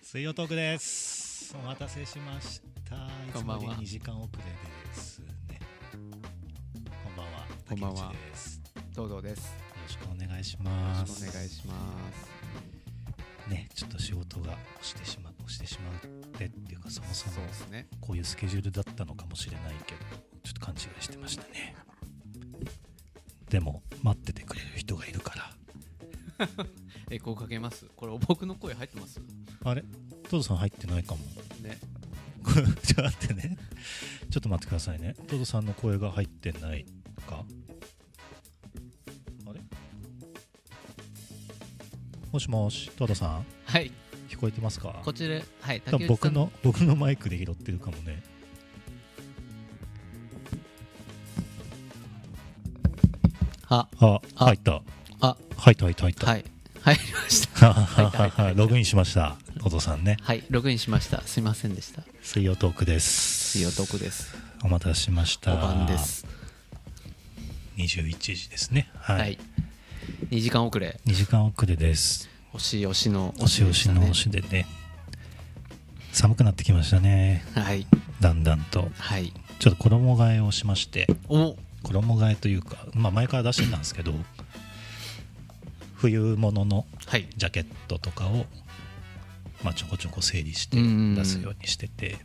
水曜トークですお待たせしましたいこつんばもんはより2時間遅れですねこんばんはこんばん竹は内ですよ東堂です。よろしくお願いしろましすくお願いします。ねちょっと仕事が押してしま押してしまってっていうかそもそそうもですね。こういうスケジュールだったのかもしれないけどちょっと勘違いしてましたねでも待っててくれる人がいるからエコーかけます。これ僕の声入ってます。あれトドさん入ってないかもね。これ ちょっと待ってねちょっと待ってくださいねトドさんの声が入ってないかあれもしもしトドさんはい。聞こえてますかこちらはい。多分僕の僕のマイクで拾ってるかもねあああ入ったあ入った入った入った、はい入りました。入った入った入ったログインしましたトドさんねはいログインしました。すいませんでした。水曜トークです水曜トークです。お待たせしましおた晩です。 21時ですねはい、はい。二時間遅れ。 2時間遅れです押し押しの押し押しの押ししでね寒くなってきましたねでしたね。はいだんだんとはい。ちょっと衣替えをしましてお衣替えというか、まあ、前から出してたんですけど冬物のはい。ジャケットとかを、まあ、ちょこちょこ整理してうんうんうん出すようにしてて、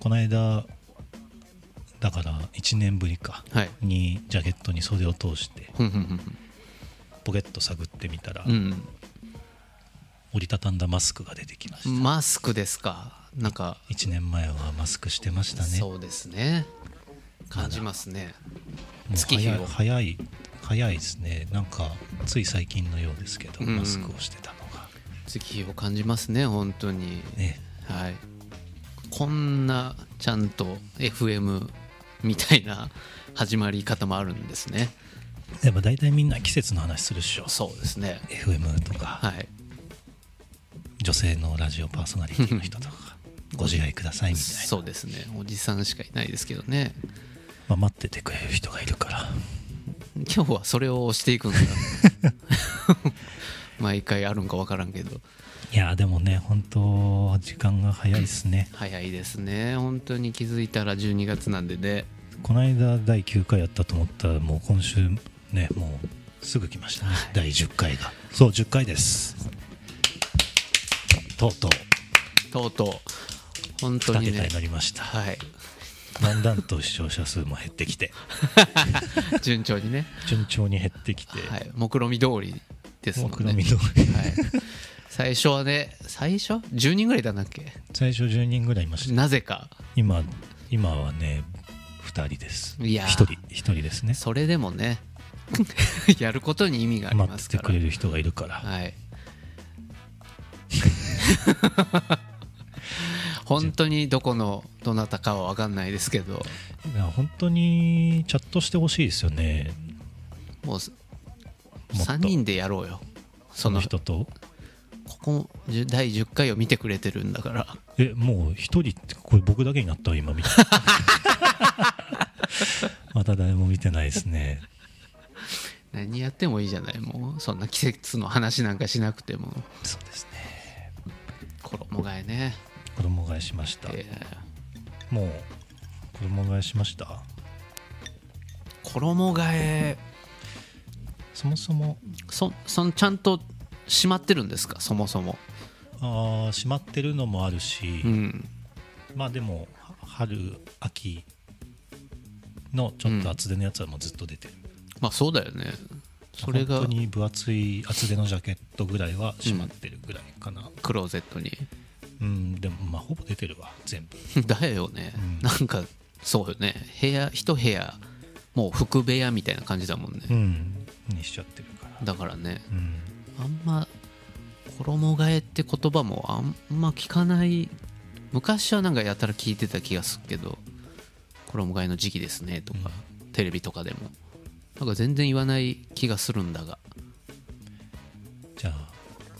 この間だから1年ぶりかはい。にジャケットに袖を通してふんふんふんふん。ポケット探ってみたら、うん。折りたたんだマスクが出てきました、マスクですか。なんか1年前はマスクしてましたねそうですね。感じますね。もう月日早いを早い早いですねなんかつい最近のようですけど、うんうんマスクをしてたのが月を感じますね本当に、ねはいこんなちゃんと FM みたいな始まり方もあるんですねやっぱ大体みんな季節の話するっしょそうですね FM とか、はい女性のラジオパーソナリティの人とかご自愛くださいみたいな、そうですねおじさんしかいないですけどねまあ、待っててくれる人がいるから今日はそれを押していく んだ毎回あるんか分からんけどいやでもね本当時間が早いですね早いですね本当に気づいたら12月なんでねこの間第9回やったと思ったらもう今週ねもうすぐ来ましたね、第10回がそう10回ですとうとうとうとう本当2に桁ねになりました、はいだんだんと視聴者数も減ってき て順調にね順調に減ってきて、はい、目論見通りですもんね目論見通りはい、最初はね最初10人ぐらいいたんだっけ最初10人ぐらいいましたなぜか今今はね2人ですいやー1人1人ですねそれでもね やることに意味があり待まっすてからくれる人がいるからはい本当にどこのどなたかは分かんないですけどいや本当にチャットしてほしいですよねももうっと3人でやろうよそそのの人とここ10第10回を見てくれてるんだからえもう1人ってこれ僕だけになったわ今 見てまた誰も見てないですね何やってもいいじゃないもうそんな季節の話なんかしなくてもそうですね衣替えね衣替えしましたえもう衣替えしましたー衣替えそもそもそそのちゃんとしまってるんですかそもそもあー閉まってるのもあるし、うんまあでもは春秋のちょっと厚手のやつはもうずっと出てる、まあそうだよねそれが本当に分厚い厚手のジャケットぐらいは閉まってるぐらいかなクローゼットに うん、でもまあほぼ出てるわ全部だよね、うんなんかそうよね部屋一部屋もう服部屋みたいな感じだもんね、うんにしちゃってるからだからねうんあんま衣替えって言葉もあんま聞かない昔はなんかやたら聞いてた気がするけど衣替えの時期ですねとか、テレビとかでもなんか全然言わない気がするんだがじゃあ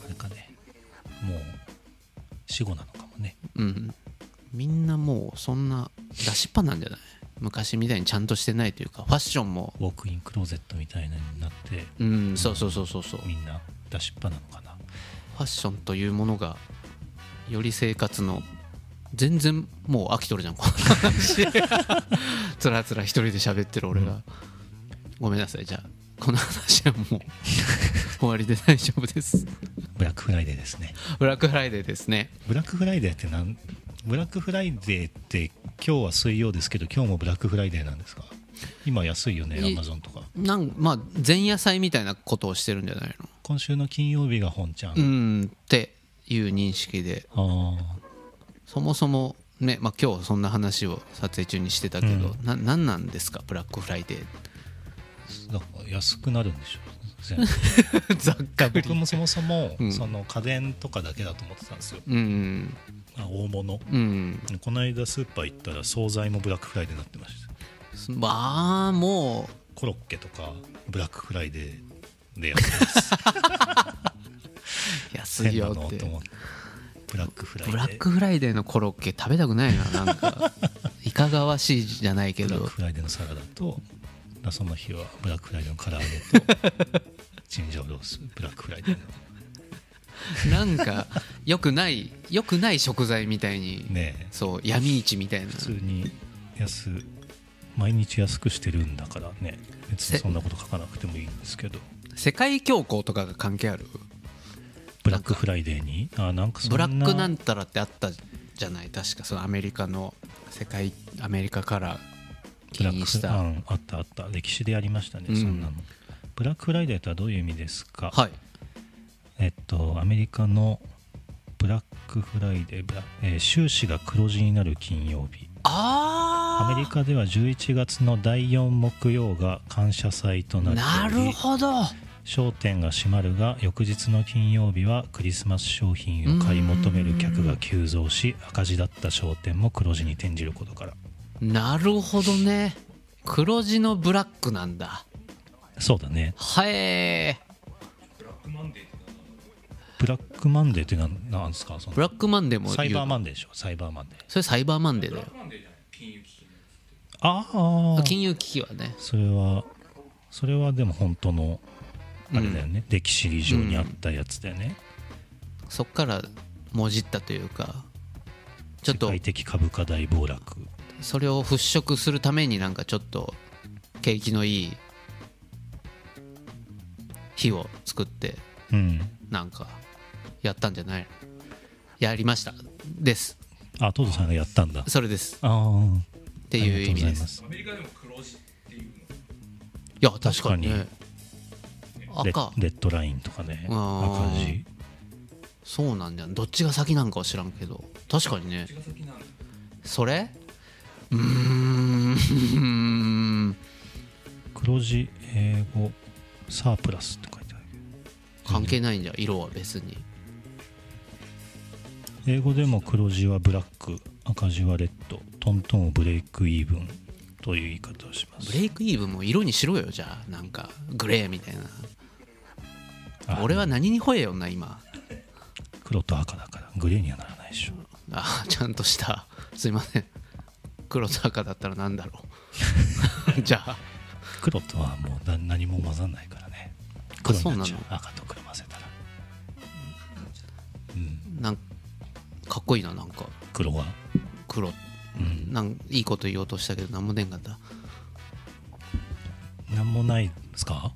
あれかねもう死後なのかもねうんみんなもうそんな出しっぱなんじゃない昔みたいにちゃんとしてないというかファッションもウォークインクローゼットみたいなのになってうんそうそうそうそうそうフみんな出しっぱなのかなァッションというものがより生活の全然もう飽きとるじゃんこ の話つらつら一人で喋ってる俺が、うごめんなさいじゃあこの話は もう終わりで大丈夫ですブラックフライデーですねブラックフライデーですねブラックフライデーってなんブラックフライデーって今日は水曜ですけど今日もブラックフライデーなんですか今安いよねアいマゾンとかなんまあ前夜祭みたいなことをしてるんじゃないの今週の金曜日が本ちゃん、うんっていう認識であそもそもね、まあ、今日そんな話を撮影中にしてたけど、ななんなんですかブラックフライデーあだから安くなるんでしょ全 部ざっくり僕もそもそも、うんその家電とかだけだと思ってたんですようんあ大物うんこの間スーパー行ったら惣菜もブラックフライデーになってましたまあもコロッケとかブラックフライデーでやってますう安いよ変なのってと思ってブラックフライデブーラックフライデーのコロッケ食べたくないななんかいかがわしいじゃないけブラッ どクフライデーのサラダとだその日はブラックフライデーの唐揚げとチンジャオロースブラックフライデーのなんか良くない良くない食材みたいに、ねえそう闇市みたいな普通に安毎日安くしてるんだからね別にそんなこと書かなくてもいいんですけど世界恐慌とかが関係あるブラックフライデーにあなんかそんブなラックなんたらってあったじゃない確かそのアメリカの世界アメリカからブ起ラッ因クしうたんあったあった歴史でやりましたね、うんそんなのブラックフライデーとはどういう意味ですか、はいえっとアメリカのブラックフライデーブラ、えー収支が黒字になる金曜日あアあメリカでは11月の第4木曜が感謝祭とななっておるりほど商店が閉まるが翌日の金曜日はクリスマス商品を買い求める客が急増し赤字だった商店も黒字に転じることからなるほどね黒字のブラックなんだそうだねはえブラックマンデーってなんなんですかそのブラックマンデーも言うサイバーマンデーでしょサイバーマンデーそれサイバーマンデーだよああ金融危機はねそれはそれはでも本当のあれだよね、歴史以上にあったやつだよね、そっからもじったというかちょ世っと界的株価大暴落それを払拭するためになんかちょっと景気のいい日を作ってうんなんかやったんじゃないやりましたですあトドさんがやったんだそれですああっていう意味ですすいや確かにねレ赤ッレッドラインとかねあー赤字そうなんじゃんどっちが先なんかは知らんけど確かにねそれうーんうーん黒字英語サープラスって書いてある関係ないんじゃん色は別に英語でも黒字はブラック赤字はレッドトントンをブレイクイーブンという言い方をしまブすレイクイーブンも色にしろよじゃあなんかグレーみたいなあ俺は何に吠えよんな今黒と赤だからグレーにはならないでしょあちゃんとしたすいません黒と赤だったら何だろう じゃあ黒とはもうな何も混ざんないからねあ黒になっちゃうそう赤と黒混ぜたらなんかっこいいななんか黒は黒なんいいこと言おうとしたけど何も出んかった何もないです か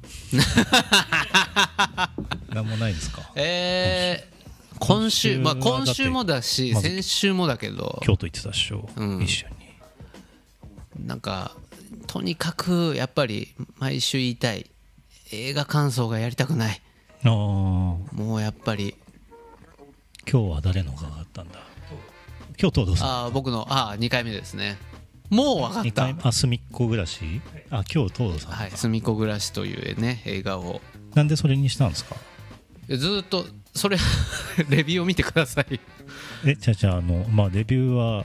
何もないですかえー、今週まあ今週もだしまず先週もだけど京都行ってたっしょ、ん一緒になんかとにかくやっぱり毎週言いたい映画感想がやりたくないああもうやっぱり今日は誰のがあったんだ今日東堂さああ僕のああ2回目ですねもう分かんっ二た回目あ隅っこ暮らしあ今日東堂さんだ、はい「すみこ暮らし」というね映画をなんでそれにしたんですかずーっとそれ レビューを見てくださいえじゃあじゃああのまあレビューは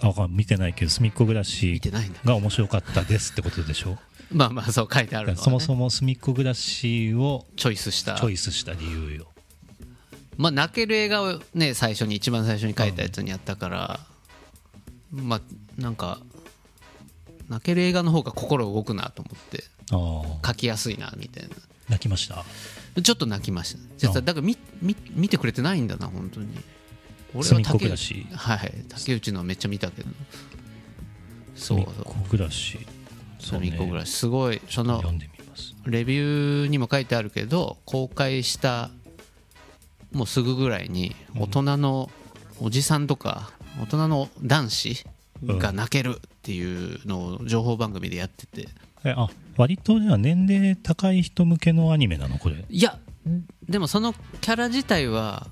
あわかん見てないけど隅っこ暮らし見てないんだが面白かったですってこと でしょまあまあそう書いてあるのは、ね、そもそも隅っこ暮らしをチョイスしたチョイスした理由よまあ泣ける映画をね最初に一番最初に書いたやつにやったから、まあなんか泣ける映画の方が心動くなと思ってああ書きやすいなみたい泣きましたなちょっと泣きました実はだから見見見てくれてないんだな本当に俺隅はっこ竹暮ら内しはい竹内のはめっちゃ見たけどそう隅っこ暮らしそう隅ねっこ暮らしすごいその読んでみますレビューにも書いてあるけど公開したもうすぐぐらいに大人のおじさんとか大人の男子が泣けるっていうのを情報番組でやっててえあ割とじゃあ年齢高い人向けのアニメなのこれいやでもそのキャラ自体は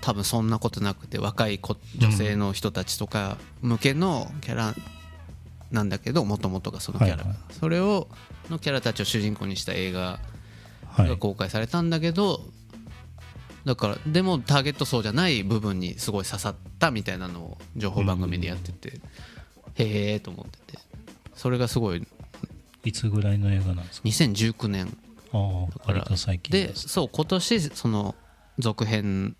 多分そんなことなくて若い子女性の人たちとか向けのキャラなんだけどもともとがそのキャラ、はいはいそれをのキャラたちを主人公にした映画はいが公開されたんだけど、だからでもターゲット層じゃない部分にすごい刺さったみたいなのを情報番組でやってて、へえと思っててそれがすごいいつぐらいの映画なんですか2019年ああ割と最近でですそう今年その続編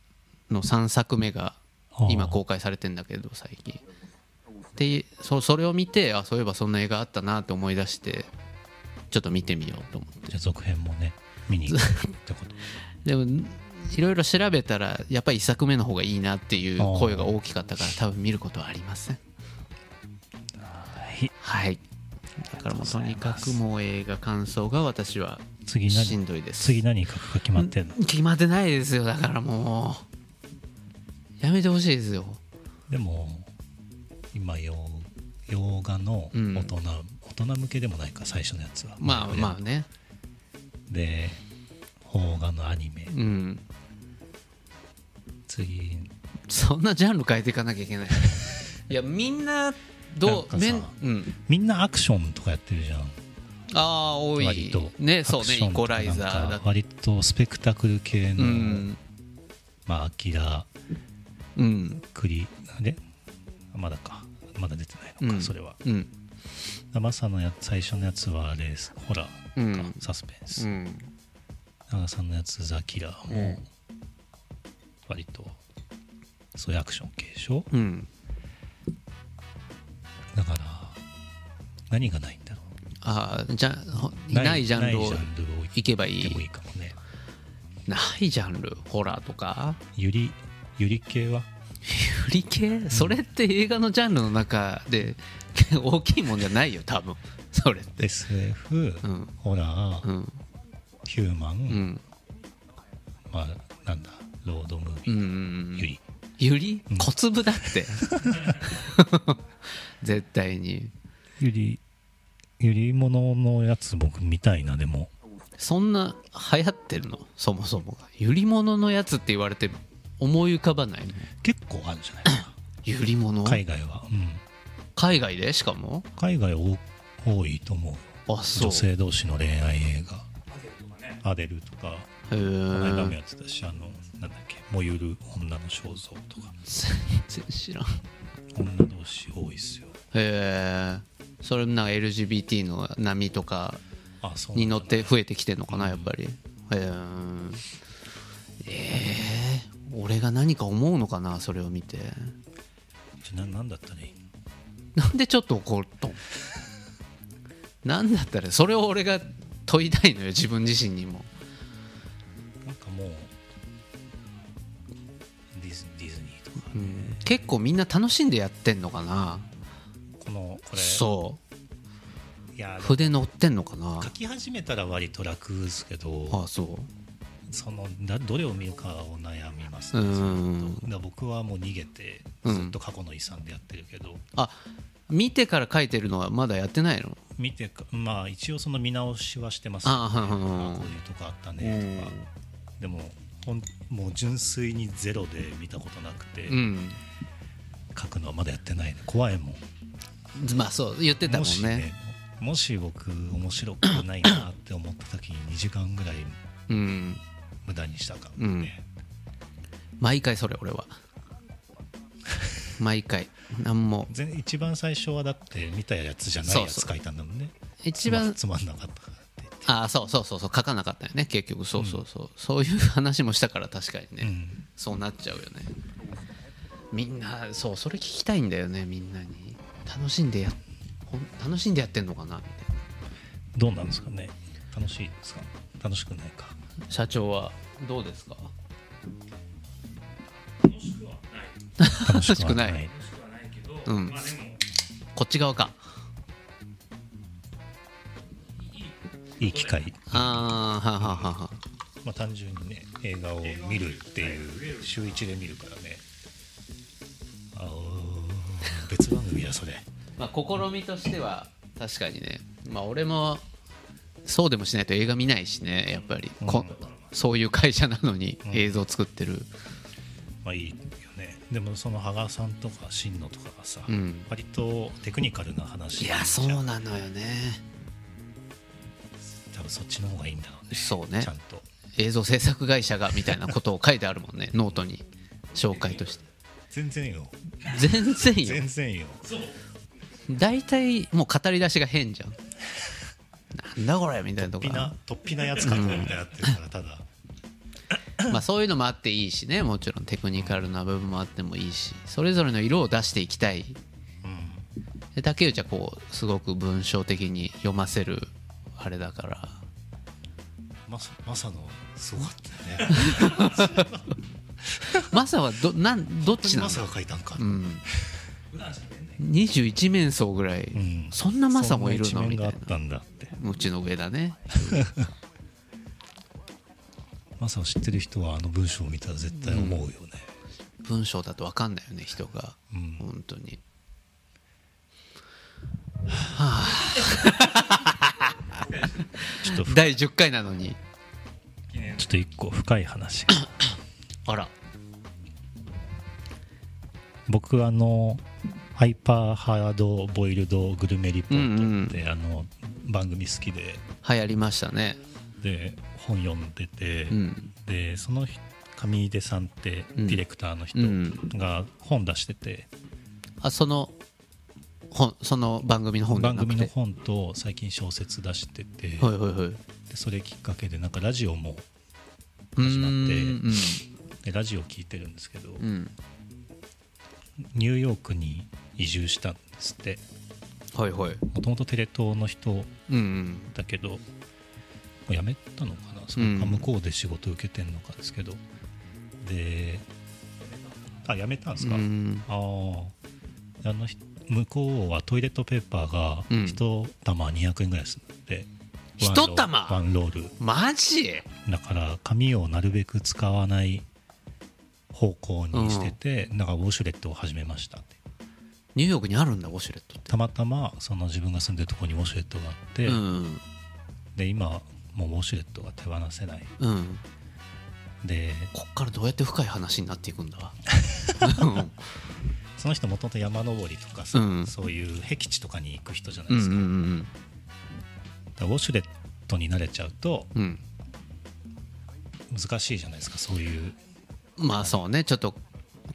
の3作目があー今公開されてんだけど最近でそそれを見てあそういえばそんな映画あったなって思い出してちょっと見てみようと思ってじゃあ続編もね見に行くって ことでもいろいろ調べたらやっぱり1作目の方がいいなっていう声が大きかったから多分見ることはありませんはいはいだからもうとにかくもう映画感想が私は次し何んどいです次何書くか決まってんの決まってないですよだからもうやめてほしいですよでも今洋洋画のうん大人、大人向けでもないか最初のやつはまあまあねで邦画のアニメうん次そんなジャンル変えていかなきゃい けないいやみんなどうなんかさめんうんみんなアクションとかやってるじゃんああ多割いとねそうアクねショインとコかなラんイザーだか割とスペクタクル系うの、んまあアキラうんクリあれまだかまだ出てないのか、うんそれはうんマサのや最初のやつはあれですホラーうか、んサスペンうスん長、さんのやつザ・キラーも割とそういうアクション系でしょうんだから何がないんだろああじゃほうないジャンルをないジャンルをいけばいでもいいいかもねないジャンルホラーとかゆりゆり系はフリ系それって映画のジャンルの中で 大きいもんじゃないよ多分それって SF、うんホラー、うんヒューマン、うんまあなんだロードムーうビー、んうんゆりゆりうん小粒だって 絶対にゆりゆりもののやつ僕見たいなでもそんな流行ってるのそもそもがゆりもののやつって言われて思い浮かばないの結構あるじゃないかなゆりもの海外は、うん、海外でしかも海外多多いと思うあそう女性同士の恋愛映画アデルとかこへの間もーやってたしあのなんだっけ「燃ゆる女の肖像」とか全然知らん女同士多いっすよへえそれもなんか LGBT の波とかあそうになんだ乗って増えてきてるのかなやっぱりへええー俺が何か思うのかなそれを見てじゃあななんだったらいいのなんでちょっと怒るとんなんだったらそれを俺が問いたいのよ自分自身にもなんかもうディズディズニーとかうん結構みんな楽しんでやってんのかなこのこれそいやでうも筆乗ってんのかな書き始めたら割と楽ですけど、ああそそのだどれを見るかを悩みますううね、んだから僕はもう逃げてうんずっと過去の遺産でやってるけど、あ見てから書いてるのはまだやってないの見てかまあ一応その見直しはしてます、ああうんうんうんこういうとこあったねとか、でもほんもう純粋にゼロで見たことなくて、うん書くのはまだやってないね怖いもんまあそう言ってたもんしねもし僕面白くないなって思った時に2時間ぐらいうん無駄にしたかもね、毎回それ俺は毎回なんも全一番最初はだって見たやつじゃないやつ書いたんだもんね一番つまつまんなかったからって言っあそうそうそうそう書かなかったよね結局そうそうそう、そういう話もしたから確かにね、て、うんそうなっちゃうよねみんなそうそれ聞きたいんだよねみんなに楽しんでやほん楽しんでやってんのかなみたいどうなんですかね楽しいですか楽しくないかな社長はどうですかしくはな優いうんこっち側かいい機会、ああはあはあはあはあまあ、単純にね映画を見るっていう週1で見るからねあー別番組だそれまあ試みとしては確かにねまあ俺もそうでもしないと映画見ないしねやっぱり、こうんそういう会社なのに映像作ってるまあいいよねでもその羽賀さんとか新野とかがさ、うん割とテクニカルな話いやじそゃんうなのよね多分そっちの方がいいんだろうねそうねちゃんと映像制作会社がみたいなことを書いてあるもん ねノートに紹介として全然よ全然よ全然よ大体もう語り出しが変じゃんなんだこれみたいとなとっぴこなとっぴなやつ書くみたいになってるからただ まあそういうのもあっていいしねもちろんテクニカルな部分もあってもいいしそれぞれの色を出していきたいうんで竹内はこうすごく文章的に読ませるあれだからまさまさのすごかったよねマサはどなんど本っ当にちなのマサが書いたんか、うん21面相ぐらい、うんそんなマサもいるそのんなみ一面たがあいったなんだってうちの上だねマサを知ってる人はあの文章を見たら絶対思うよね、文章だと分かんないよね人が、うん本当 にちょっとふちょ第10回なのにっと一個深い話あら僕あのハイパーハードボイルドグルメリポうんうーんトって、あの番組好きで流行りましたねで本読んでて、うんでその日上出さんってうデんィレクターの人うんが本出してて、あその本その番組の本じゃ番なくて組の本と最近小説出してて、はいはいはいでそれきっかけでなんかラジオも始まってうんでラジオ聞いてるんですけど、うん、うんニューヨークに移住したんですってはいはいもともとテレ東の人うんうんだけどもう辞めたのかなそれうんか向こうで仕事受けてんのかですけど、であ辞めたんですか、うんあーあのひ向こうはトイレットペーパーがうん1玉200円ぐらいするんで、一ワンロー玉ワンロールマジだから紙をなるべく使わない方向にしてて、だからウォシュレットを始めましたってニューヨークにあるんだウォシュレットってたまたまその自分が住んでるとこにウォシュレットがあって、うんで今もうウォシュレットが手放せないうんでこっからどうやって深い話になっていくん だその人もともと山登りとかさ、うんそういう僻地とかに行く人じゃなういんでうんすうか,、んウォシュレットに慣れちゃうとうんうん難しいじゃないですかそういうまあそうねちょっと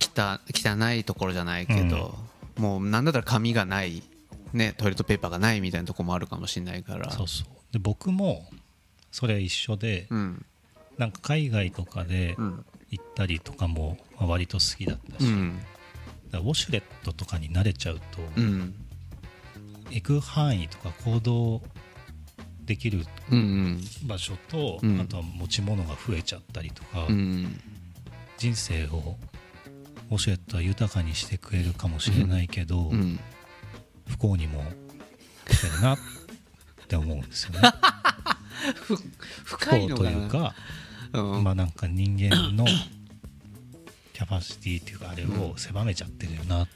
汚汚いところじゃないけど、もうなんだったら紙がないねトイレットペーパーがないみたいなとこもあるかもしれないからそうそうで僕もそれ一緒で、うんなんか海外とかでうん行ったりとかもまあ割と好きだったし、うんだからウォシュレットとかに慣れちゃうと、うん行く範囲とか行動できるうんうん場所と、うんあとは持ち物が増えちゃったりとか、うん人生をウォシュレットは豊かにしてくれるかもしれないけど、うん不幸にもしてるなって思うんですよ ね。ふ不深い幸のとがいうか、うんまあなんか人間の キャパシティというかあれを狭めちゃってるよなって。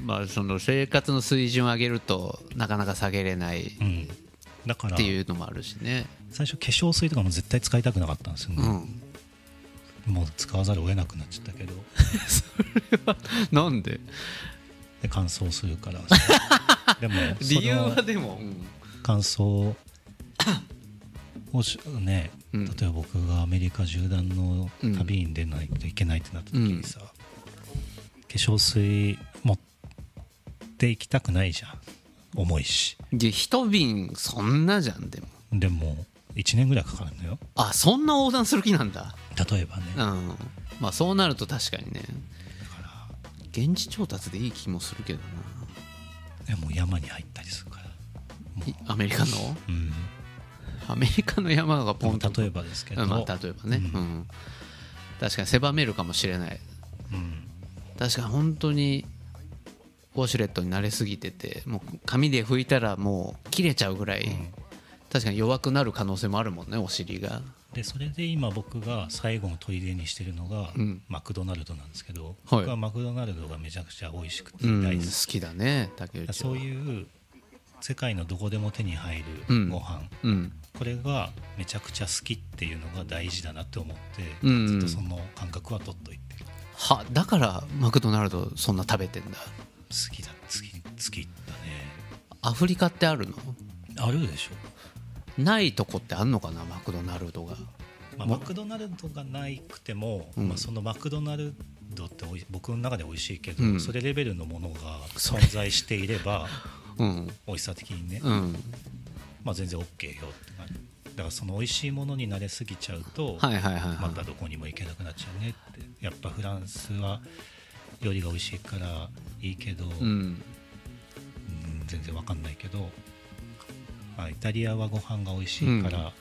まあその生活の水準を上げるとなかなか下げれないっうんだからていうのもあるしね最初化粧水とかも絶対使いたくなかったんですようね、んもう使わざるを得なくなっちゃったけ どなんでで乾燥するから でもそ理由のはでもうん乾燥をしね、うん例えば僕がアメリカ縦断の旅に出ないといけないってなった時にさ、化粧水持っていきたくないじゃん重いしで一瓶そんなじゃんでもでも1年ぐらいかかるんだよあそんな横断する気なんだ例えばねうんまあそうなると確かにねだか現地調達でいい気もするけどらでも山に入ったりするからないアメリカのうんアメリカの山がポンと例えばですけど、うんまあ例えばね、うん確かに狭めるかもしれないうん確かに本当にウォシュレットに慣れすぎててもう紙で拭いたらもう切れちゃうぐらい、うん確かに弱くなる可能性もあるもんねお尻がでそれで今僕が最後の砦にしてるのがうんマクドナルドなんですけど、はい僕はマクドナルドがめちゃくちゃ美味しくてうん大好き、好きだね竹内はそういう世界のどこでも手に入るうんご飯、うんこれがめちゃくちゃ好きっていうのが大事だなって思って、うんうんずっとその感覚は取っといてるはだからマクドナルドそんな食べてん好だきだ好き好きだねアフリカってあるのあるでしょないとこってあんのかなマクドナルドがまあ、マクドナルドがないくても、うんまあ、そのマクドナルドっておい僕の中で美味しいけど、うんそれレベルのものがそ存在していればうん美味しさ的にね、うんまあ、全然 OK よって感じだからその美味しいものに慣れすぎちゃうと、はいはいはい、まはたどこにも行けなくなっちゃうねってやっぱフランスは料理が美味しいからいいけど、い、うんうん全然わかんないけど、まあ、イタリアはご飯が美味しいから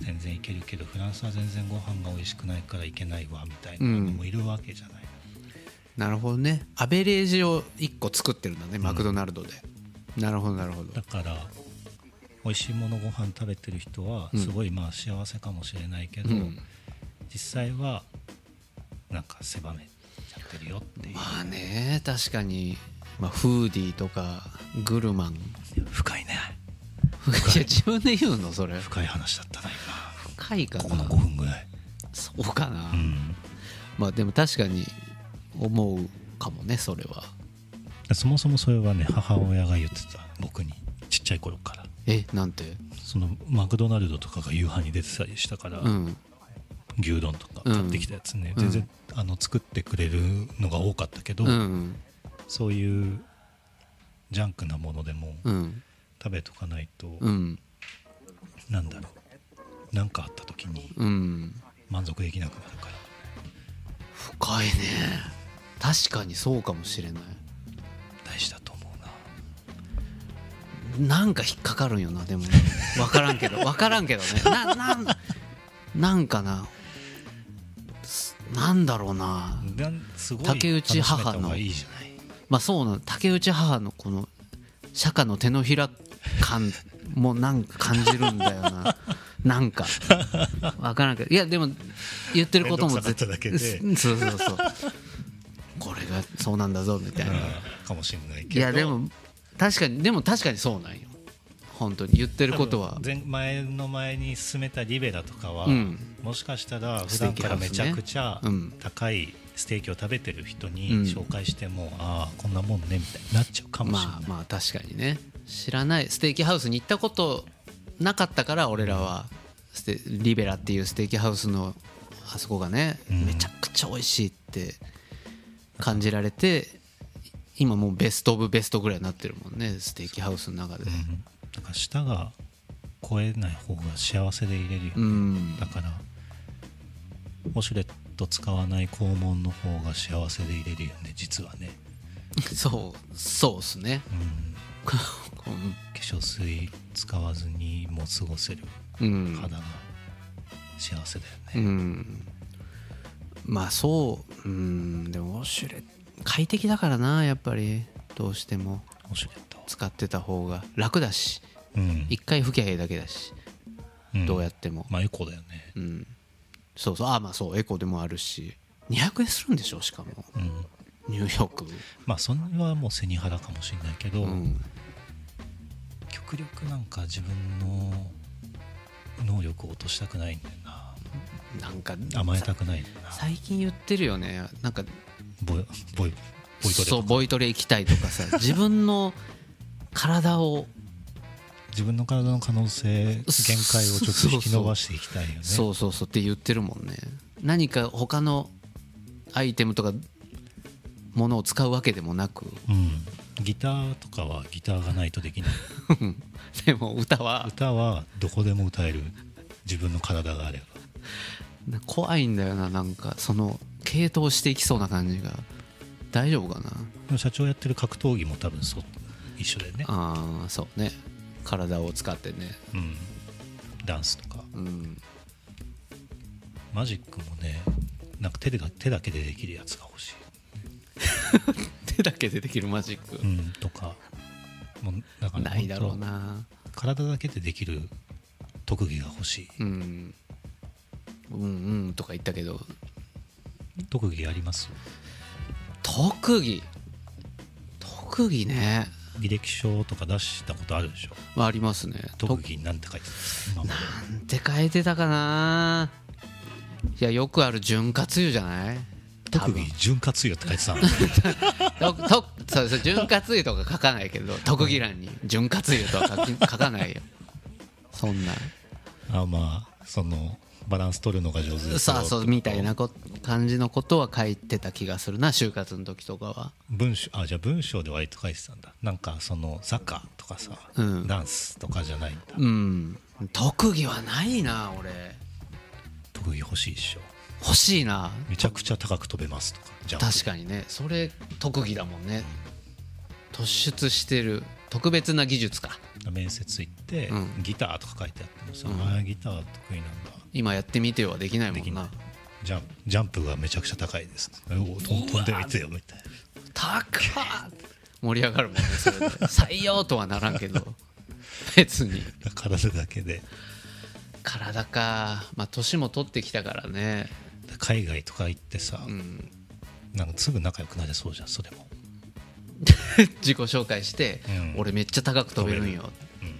全然いけるけど、フランスは全然ご飯が美味しくないからいけないわみたいなのもいるわけじゃない、なるほどねアベレージを1個作ってるんだねマクドナルドで、なるほどなるほどだから美味しいものご飯食べてる人はうんすごいまあ幸せかもしれないけど、うん実際はなんか狭めちゃってるよっていう、まあね確かに、まあ、フーディーとかグルマンい深いねや自分で言うのそれ深い話だったな今深いかここのな5分ぐらい、そうかな、うんまあでも確かに思うかもねそれはそもそもそれはね母親が言ってた僕にちっちゃい頃からえなんてそのマクドナルドとかが夕飯に出てたりしたから、うん牛丼とかうん買ってきたやつね、うん全然あの作ってくれるのが多かったけど、うんそういうジャンクなものでもうん食べとかないと、うんなんだろう何かあった時にうん満足できなくなるから深いね確かにそうかもしれない大事だと思うななんか引っかかるんよなでも分からんけど分からんけどねななんなんかなすなんだろうななんすごい竹内母楽しめのた方がいいじゃないまあそうなの竹内母のこの釈迦の手のひら感もなんか感じるんだよななんか分からんけどいやでも言ってることも面倒くさかっただけで絶そうそうそうこれがそうなんだぞみたいな、うんかもしれないけどいやでも確かにでも確かにそうなんよ本当に言ってることは多分前前の前に進めたリベラとかは、うんもしかしたら普ステー段キかハらウスねめちゃくちゃうん高いステーキを食べてる人にうん紹介しても、ああこんなもんねみたいになっちゃうかもしれなまいあ、まあ確かにね知らないステーキハウスに行ったことなかったから俺らはステリベラっていうステーキハウスのあそこがね、うんめちゃくちゃ美味しいって感じられて今もうベスト・オブ・ベストぐらいになってるもんねステーキハウスの中でうんだから舌が超えない方が幸せでいれるよ、うんだからウォシュレット使わない肛門の方が幸せでいれるよね実はね、そうそうっすねうん、う化粧水使わずにもう過ごせるんうん肌が幸せだよね、うんまあそううんでもウォシュレ快適だからなやっぱりどうしてもウォシュレット使ってた方が楽だしうん一回拭きゃいいだけだしどうやっってもまあエコだよねうん、そうそうあまあそうエコでもあるし200円するんでしょしかもうんニューヨークまあそれはもう背に腹かもしれないけど、うん極力なんか自分の能力を落としたくないんだよなんかな甘えたくないんだよな最近言ってるよねなんかボイボイボイトレそうボイトレ行きたいとか さ自分の体を自分の体の可能性限界をちょっと引き伸ばしていきたいよねそうそうそうって言ってるもんね何か他のアイテムとかものを使うわけでもなくうん、ギターとかはギターがないとでき ないでも歌は歌はどこでも歌える自分の体があれば怖いんだよななんかその系統していきそうな感じが大丈夫かなでも社長やってる格闘技も多分そう一緒だよね、ああそうね体を使ってねうん、ダンスとかうんマジックもねなんか手で手だけでできるやつが欲しい手だけでできるマジックう、ん、とかもうだからないだろう本な当体だけでできる特技が欲しいうんうんうんとか言ったけど特技あります特技特技ね履歴書とか出したことあるでしょまあありますね特技なんて書いてた今なんて書いてたかないやよくある潤滑油じゃない特技潤滑油って書いてたの多分ととそうそう潤滑油とか書かないけど特技欄に潤滑油とは書き書かないよ そんな あまあそのバランス取るのが上手ですよさあそうみたいなこ感じのことは書いてた気がするな就活の時とかは文章あじゃあ文章で割と書いてたんだなんかそのサッカーとかさ、うんダンスとかじゃないんだうん特技はないな俺特技欲しいでしょ欲しいなめちゃくちゃ高く飛べますとかじゃあ確かにねそれ特技だもんね突出してる特別な技術か面接行って、うんギターとか書いてあってもさ、うんあーギター得意なんだ今やってみてはできないもできんないなジャンジャンプがめちゃくちゃ高いです、ね、おお飛んでみてよみたいな高っ盛り上がるもんねそれで採用とはならんけど 別に体だけで体かまあ年も取ってきたからね海外とか行ってさ、うんなんかすぐ仲良くなれそうじゃんそれも、自己紹介して、うん俺めっちゃ高く飛べるんようんっ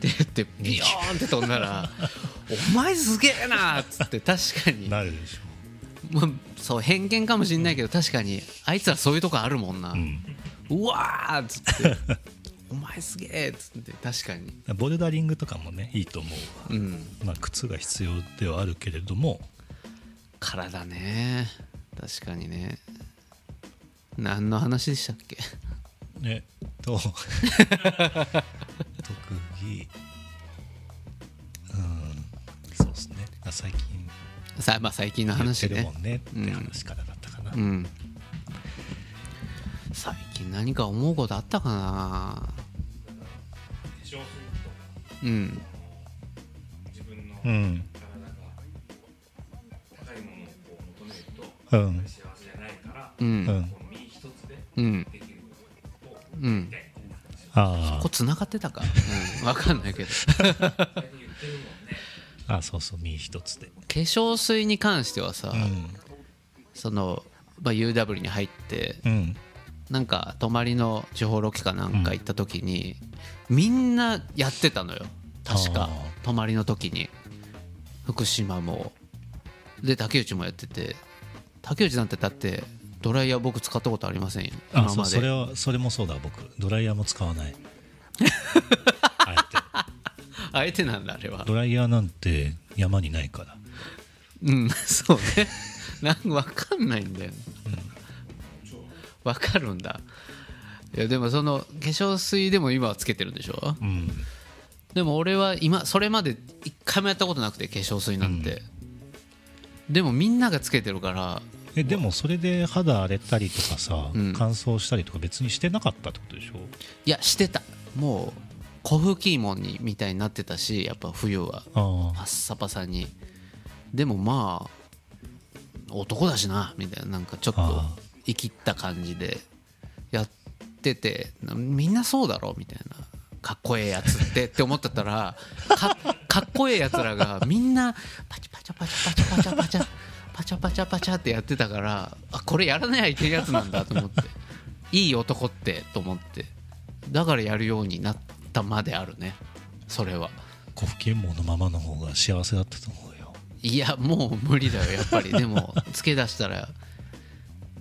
て言ってビヨーンって飛んだら「お前すげえな!」っつって確かに、まなるでしあ、そう偏見かもしんないけど確かにあいつらそういうとこあるもんな、うょ、うん、わーっつって 「お前すげえ!」っつって確かにボルダリングとかもねいいと思うわうんまあ、靴が必要ではあるけれども体ね確かにね何の話でしたっけねと 特技うんそうですねあ最近さまあ最近の言っ話てるもねんねって話からだったかな、うん最近何か思うことあったかな化粧水とかうん自分のう体がん高いものをこう求めるとうん幸せじゃないから、ううんんこの身一つでうんできることをうんみたいなあここ繋がってたか、うん、分かんないけど 大体言ってるもんねああそうそう身一つで化粧水に関してはさ、うその、まあ、UW に入ってんうんなんか泊まりの地方ロケかなんか行った時に、みんなやってたのよ確あかー泊まりの時に福島もで竹内もやってて竹内なんてだってドライヤー僕使ったことありませんよあ今そうまそれではそれもそうだ僕ドライヤーも使わない あえあえてなんだあれはてドライヤーなんて山にないからうん そうねなんかわかんないんだよねわ、かるんだいやでもその化粧水でも今はつけてるんでしょうんでも俺は今それまで一回もやったことなくて化粧水なんて、でもみんながつけてるからえでもそれで肌荒れたりとかさ、うん乾燥したりとか別にしてなかったってことでしょいやしてたもう小吹き芋にみたいになってたしやっぱ冬はあパッサパサにでもまあ男だしなみたいななんかちょっとあ生きった感じでやっててなみんなそうだろみたいなかっこええやつってって思ってたらかかっこええやつらがみんなパチャパチャパチャパチャパチャパチャパチャパチャパチャってやってたからあこれやらなきゃいけないやつなんだと思っていい男ってと思ってだからやるようになったまであるねそれは。古父剣網のままの方が幸せだったと思うよいやもう無理だよやっぱり でもつけ出したら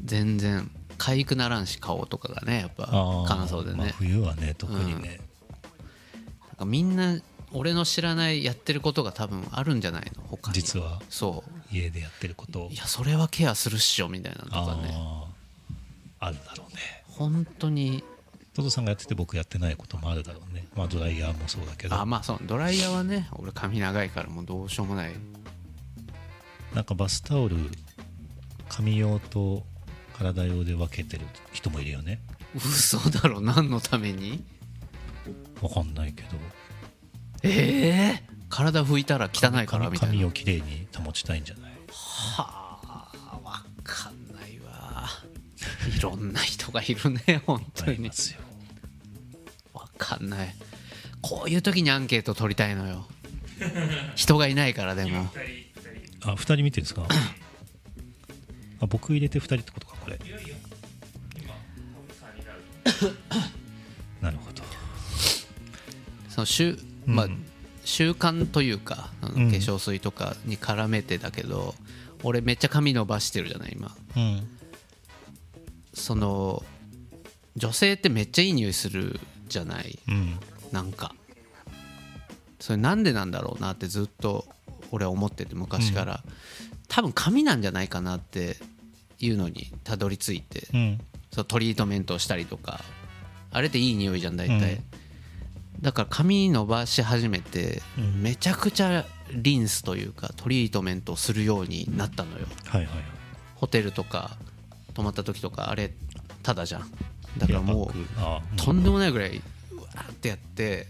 全然かゆくならんし顔とかがねやっぱあー乾燥でまあね、冬はね特にね、なんかみんな俺の知らないやってることが多分あるんじゃないの他に実はそ家でやってることういやそれはケアするっしょみたいなのとかねあああるだろうね本当にトドさんがやってて僕やってないこともあるだろうねまあドライヤーもそうだけどあまあそうドライヤーはね俺髪長いからもうどうしようもないなんかバスタオル髪用と体用で分けてる人もいるよね嘘だろ何のためにわかんないけどええ体拭いたら汚いからみたいな髪をきれいに保ちたいんじゃないはあわかんないわいろんな人がいる ね本いっ当ぱいいにますよわかんないこういう時にアンケート取りたいのよ人がいないからで今も二人二人あ二人見てるんですかあ僕入れて二人ってことかこれいやいや今多分三人になるなるほどその週うんまあ習慣というかあの化うん粧水とかに絡めてだけど、俺めっちゃ髪伸ばしてるじゃない今うんその女性ってめっちゃいい匂いするじゃないうんなんかそれなんでなんだろうなってずっと俺は思ってて昔から、多分髪なんじゃないかなっていうのにたどり着いて、うんそうトリートメントをしたりとかあれっていい匂いじゃん大う体ん、だから髪伸ばし始めて、うんめちゃくちゃリンスというかトリートメントをするようになったのよはいはいホテルとか泊まった時とかあれただじゃんだからもうヘアパックあうんとんでもないぐらいうわーってやって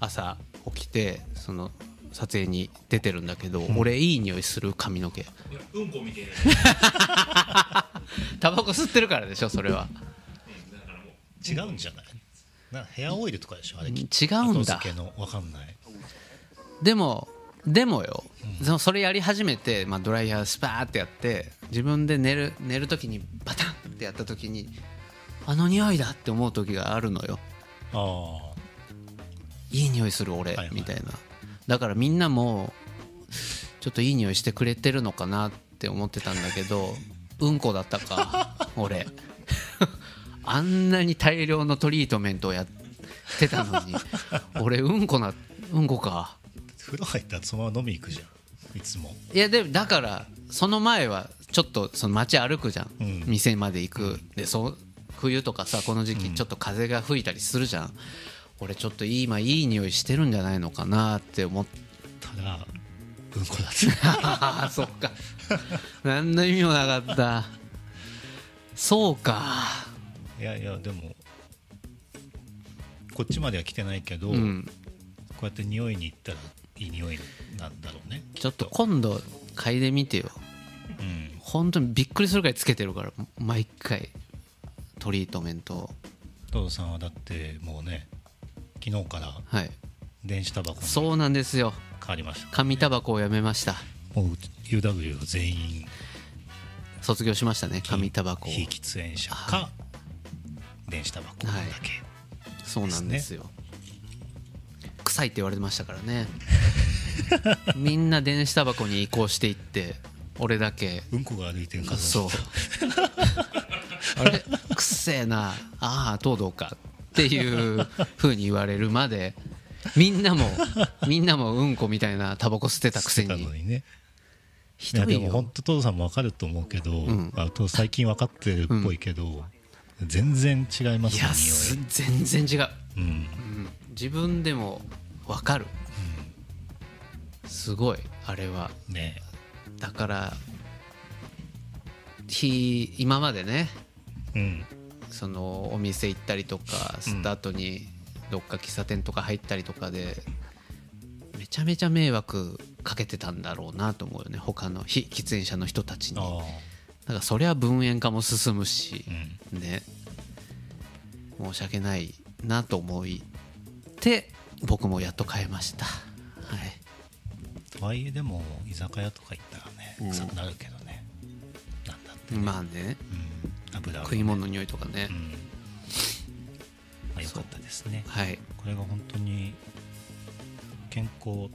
朝起きてその撮影に出てるんだけど、俺いい匂いする髪の毛いやうんこみたいなタバコ吸ってるからでしょそれはだからもう違うんじゃないなヘアオイルとかでしょあれうんきっと違うんだ後付けのわかんないでもでもよ、そのそれやり始めて、まあ、ドライヤースパーってやって自分で寝る寝る時にバタンってやった時にあの匂いだって思う時があるのよああいい匂いする俺はいはいみたいなだからみんなもちょっといい匂いしてくれてるのかなって思ってたんだけどうんこだったか 俺あんなに大量のトリートメントをやってたの に俺うんこなうんこか風呂入ったらそのまま飲み行くじゃんいつもいやでもだからその前はちょっとその街歩くじゃん、うん店まで行くでそう冬とかさこの時期ちょっと風が吹いたりするじゃん、俺ちょっと今いい匂いしてるんじゃないのかなって思ってただうんこだ ったああそっか何の意味もなかったそうかいやいやでもこっちまでは来てないけど、うんこうやって匂いに行ったらいい匂いなんだろうねちょっと今度嗅いでみてようん本当にびっくりするくらいつけてるから毎回トリートメントをトドさんはだってもうね昨日からはい電子タバコに変そうなんですよわりました紙タバコをやめましたもう UW を全員卒業しましたね紙タバコを非喫煙者か、は電子タバコだけ、そうなんですよ臭いって言われてましたからねみんな電子タバコに移行していって俺だけうんこが歩いてる数そうあれくっせえなああ東堂かっていうふうに言われるまでみん なもみんなもうんこみたいなタバコ吸ってたくせたにのにねひいやどでいもよ本当トドさんも分かると思うけど、あと最近分かってるっぽいけど、全然違いまいすやす全然違う、匂い、うん、うん自分でもわかる、すごいあれはねだからひ今までねうんそのお店行ったりとか吸った後にどっか喫茶店とか入ったりとかでめちゃめちゃ迷惑かけてたんだろうなと思うよね他の非喫煙者の人たちにだあからそりゃ分煙化も進むしあうんね申し訳ないなと思いて僕もやっと変えましたはいとはいえでも居酒屋とか行ったらね臭くなるけどね、なんだって、まあねうん、油は食い物の匂いとかねうんまあ、よかったですねはいこれが本当に健康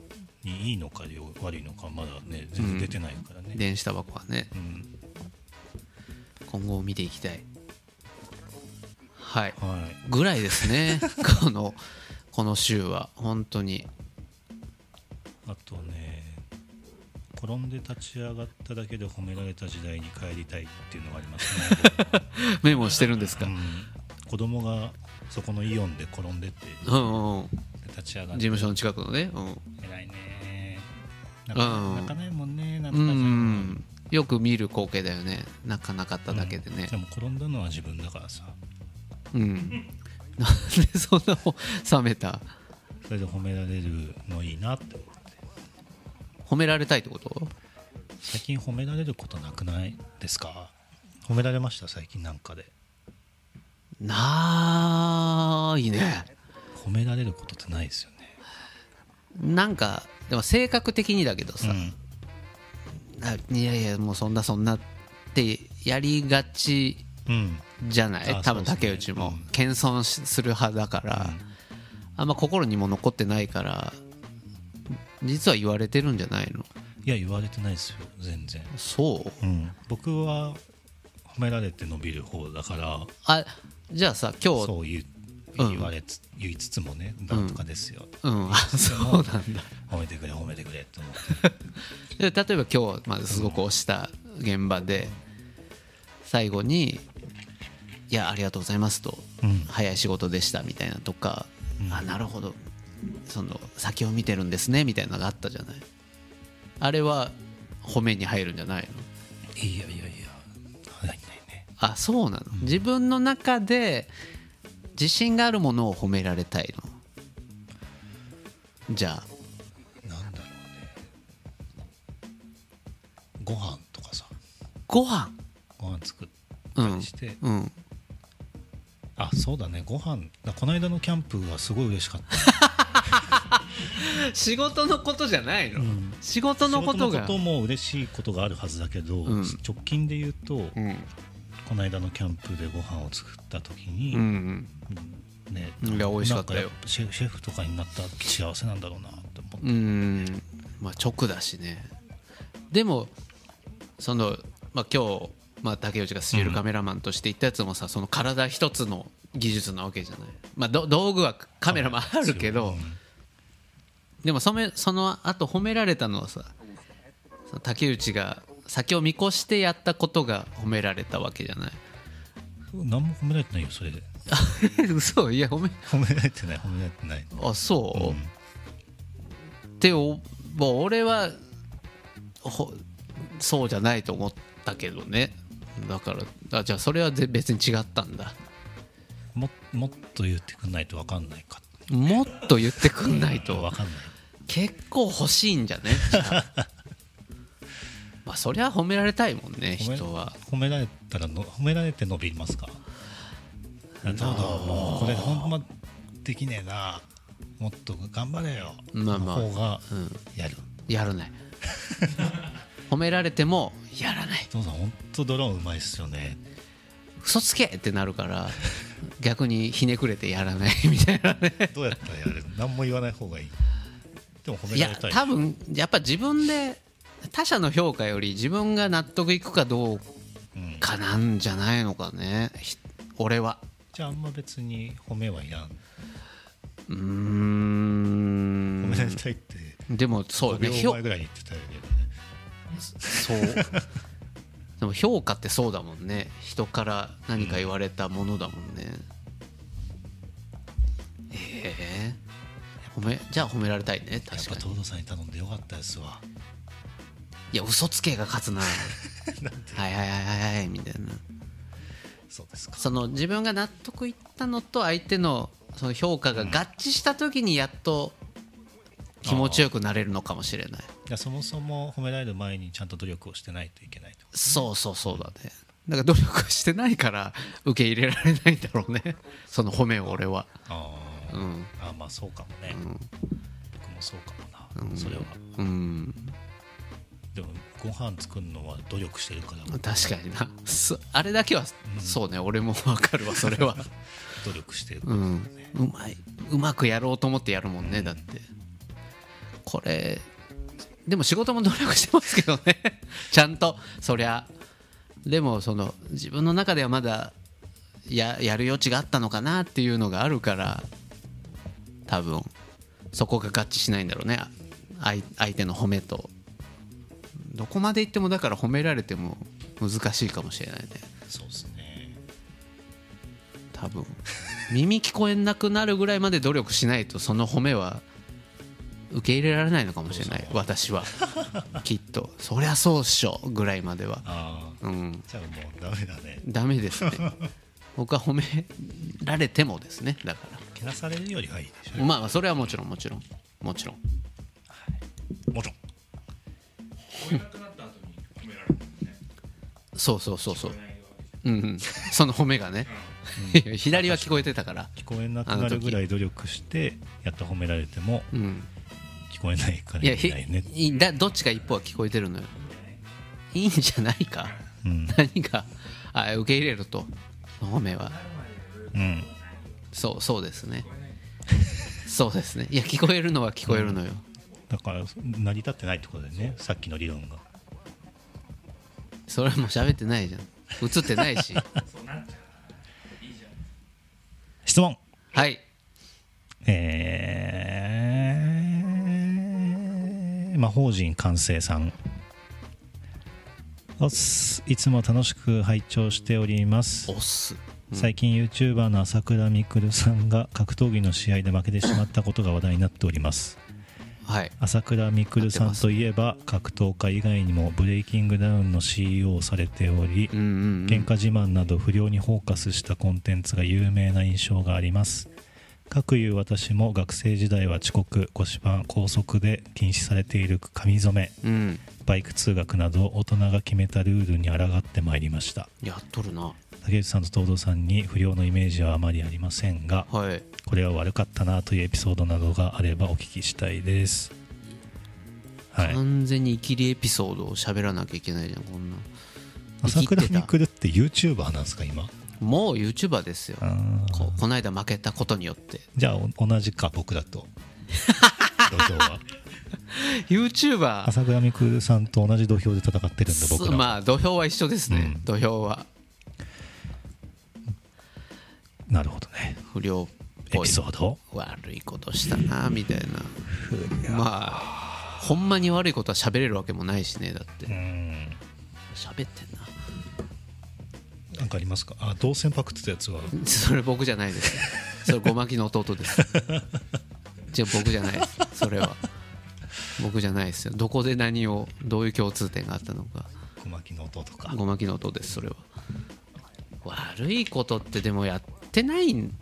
にいいのかよ悪いのかまだね全然出てないからね、電子タバコはねうん今後を見ていきたいはいはいぐらいです ねこのこの週は本当にあとね転んで立ち上がっただけで褒められた時代に帰りたいっていうのがありますね、 メモしてるんですかう、ん、子供がそこのイオンで転んでってうんうんうん、立ち上がっ事て務所の近くのね、うん偉いねなかうん泣かないもんねなんとうかじゃんん、よく見る光景だよね泣かなかっただけでねでも転んだのは自分だからさうん、 なんでそんな冷めたそれで褒められるのいいなって思って褒められたいってこと最近褒められることなくないですか褒められました最近なんかでないね褒められることってないですよねなんかでも性格的にだけどさ、あいやいやもうそんなそんなってやりがちうん、うんじゃないあ多分そうです竹ね内うもん謙遜しする派だから、あんま心にも残ってないから実は言われてるんじゃないのいや言われてないですよ全然、そううん、僕は褒められて伸びる方だからあじゃあさ今日そう言ううん言われつ、言いつつもねなんとかですよ、うんあそうなんだ褒めてくれ褒めてくれって思ってで例えば今日まあすごく押した現場で最後に「いやありがとうございます」とうん早い仕事でしたみたいなとか、うんあなるほどその先を見てるんですねみたいなのがあったじゃないあれは褒めに入るんじゃないのいやいやいや入んないねあそうなの、自分の中で自信があるものを褒められたいのじゃあなんだろうねご飯とかさご飯ご飯作ったうんりして、うんあそうだねご飯だこの間のキャンプはすごい嬉しかった 仕事のことじゃないの、ん仕事のこと仕が事のことも嬉しいことがあるはずだけど、うん直近で言うと、うんこの間のキャンプでご飯を作った時に、うんねいや美味しかったよなんやぱシェフシェフとかになったら幸せなんだろうなって思って、うんうんまあ直だしねでもその、まあ、今日、まあ、竹内がスチールカメラマンとして行ったやつもさ、その体一つの技術なわけじゃない、まあ、ど道具はカメラもあるけど、でもそめその後褒められたのはさその竹内が先を見越してやったことが褒められたわけじゃ ないうん何も褒められてないよそれで 嘘いや褒め褒められてない褒められてないあそう、うんっておもう俺はほそうじゃないと思ったけどねだからあじゃあそれはぜ別に違ったんだももっと言ってくんないと分かんないかもっと言ってくんないと分かんない結構欲しいんじゃねじゃ あまあそりゃ褒められたいもんね褒め人は褒められたらの褒められて伸びますかどうだろうもうこれほんまできねえなもっと頑張れよまあのまあ方がうんやる、やらない 褒められてもやらない父さん本当ドローンうまいっすよね嘘つけってなるから逆にひねくれてやらないみたいなねどうやったらや る何も言わない方がいいでも褒いめらやれたい多分やっぱ自分で他者の評価より自分が納得いくかどううんかなんじゃないのかねひ俺はじゃああんま別に褒めはいらんうー褒められんたいってでもそ5うよね秒評前ぐらいに言ってたよねそうでも評価ってそうだもんね人から何か言われたものだもんね、ええ褒めじゃあ褒められたいねやっ確ぱかに東堂さんに頼んでよかったですわいや嘘つけが勝つなはいはいはいはいはいみたいなそうですかその自分が納得いったのと相手のその評価が合致した時にやっと気持ちよくなれるのかもしれないいやそもそも褒められる前にちゃんと努力をしてないといけないとそうそうそうだねだから努力してないから受け入れられないんだろうね その褒めを俺はあー、うんあーまあそうかもね、僕もそうかもな、それはうんでもご飯作るのは努力してるから確かになそあれだけはそうね俺もわかるわそれは努力してる、うんうまいうまくやろうと思ってやるもんねだってこれでも仕事も努力してますけどね ちゃんとそりゃでもその自分の中ではまだややる余地があったのかなっていうのがあるから多分そこが合致しないんだろうねあ相相手の褒めとどこまで行ってもだから褒められても難しいかもしれないねそうですね多分耳聞こえなくなるぐらいまで努力しないとその褒めは受け入れられないのかもしれない私はきっとそりゃそうっしょぐらいまではああうんじゃあもうダメだねダメですね僕は褒められてもですねだかけなされるよりはいいでしらまあまあそれはもちろんもちろんもちろんょもちろん褒めなくなった後に褒められるんですね。そうそうそうそう褒めないわけでうんうん、その褒めがねうん 左は聞こえてたから、聞こえなくなるぐらい努力してやっと褒められてもうん、聞こえないからいやいひけないね、いいだどっちか一歩は聞こえてるのよいいんじゃないかうん何かあ受け入れると褒めはうん、そうそうですねそうですねいや聞こえるのは聞こえるのよ、だから成り立ってないってことだよねさっきの理論がそれも喋ってないじゃん映ってない そしうなっちゃういいじゃん質問はいえー、魔法陣完成さんおっすいつも楽しく拝聴しております押す最近 YouTuber の朝倉未来さんが格闘技の試合で負けてしまったことが話題になっておりますはい朝倉未来さんといえば格闘家以外にもブレイキングダウンの CEO をされておりうんうん、う喧ん、嘩自慢など不良にフォーカスしたコンテンツが有名な印象がありますかくいう私も学生時代は遅刻腰パン高速で禁止されている髪染めうん、バイク通学など大人が決めたルールに抗ってまいりましたやっとるな竹内さんと東堂さんに不良のイメージはあまりありませんがはいこれは悪かったなというエピソードなどがあればお聞きしたいですはい完全に生きりエピソードを喋らなきゃいけないじゃんこんな朝倉生きて未た来って YouTuber なんですか今もう YouTuber ですよあーここの間負けたことによってじゃあお同じか僕だと土俵は YouTuber 朝倉未来さんと同じ土俵で戦ってるんだ僕らは、まあ土俵は一緒ですね、うん土俵はなるほどね不良っエぽいピソード悪いことしたなみたいなまあほんまに悪いことは喋れるわけもないしねだってうん喋ってんな なんかありますかあ銅線パクってたやつはそれ僕じゃないですそれごまきの弟です じゃあ僕じゃないですそれは僕じゃないですよどこで何をどういう共通点があったのか小牧の音とかごまきの音ですそれは悪いことってでもやってないん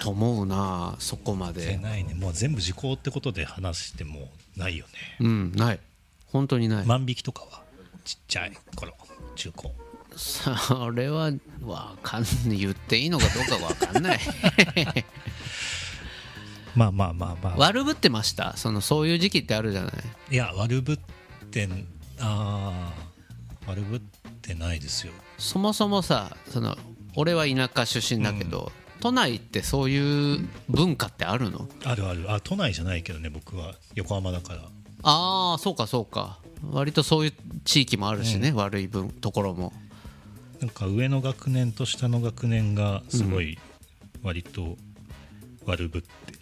と思うなそこま出でないねもう全部時効ってことで話してもないよねうんない本当にない、万引きとかはちっちゃい頃中高それはわかん言っていいのかどうかわかん ないまあまあまあまあ悪ぶってましたそのそういう時期ってあるじゃないいや悪ぶってんあー悪ぶってないですよそもそもさその俺は田舎出身だけど、都内ってそういう文化ってあるのあるあるあ都内じゃないけどね僕は横浜だからああそうかそうか割とそういう地域もあるしね、悪い分ところもなんか上の学年と下の学年がすごい割と悪ぶってる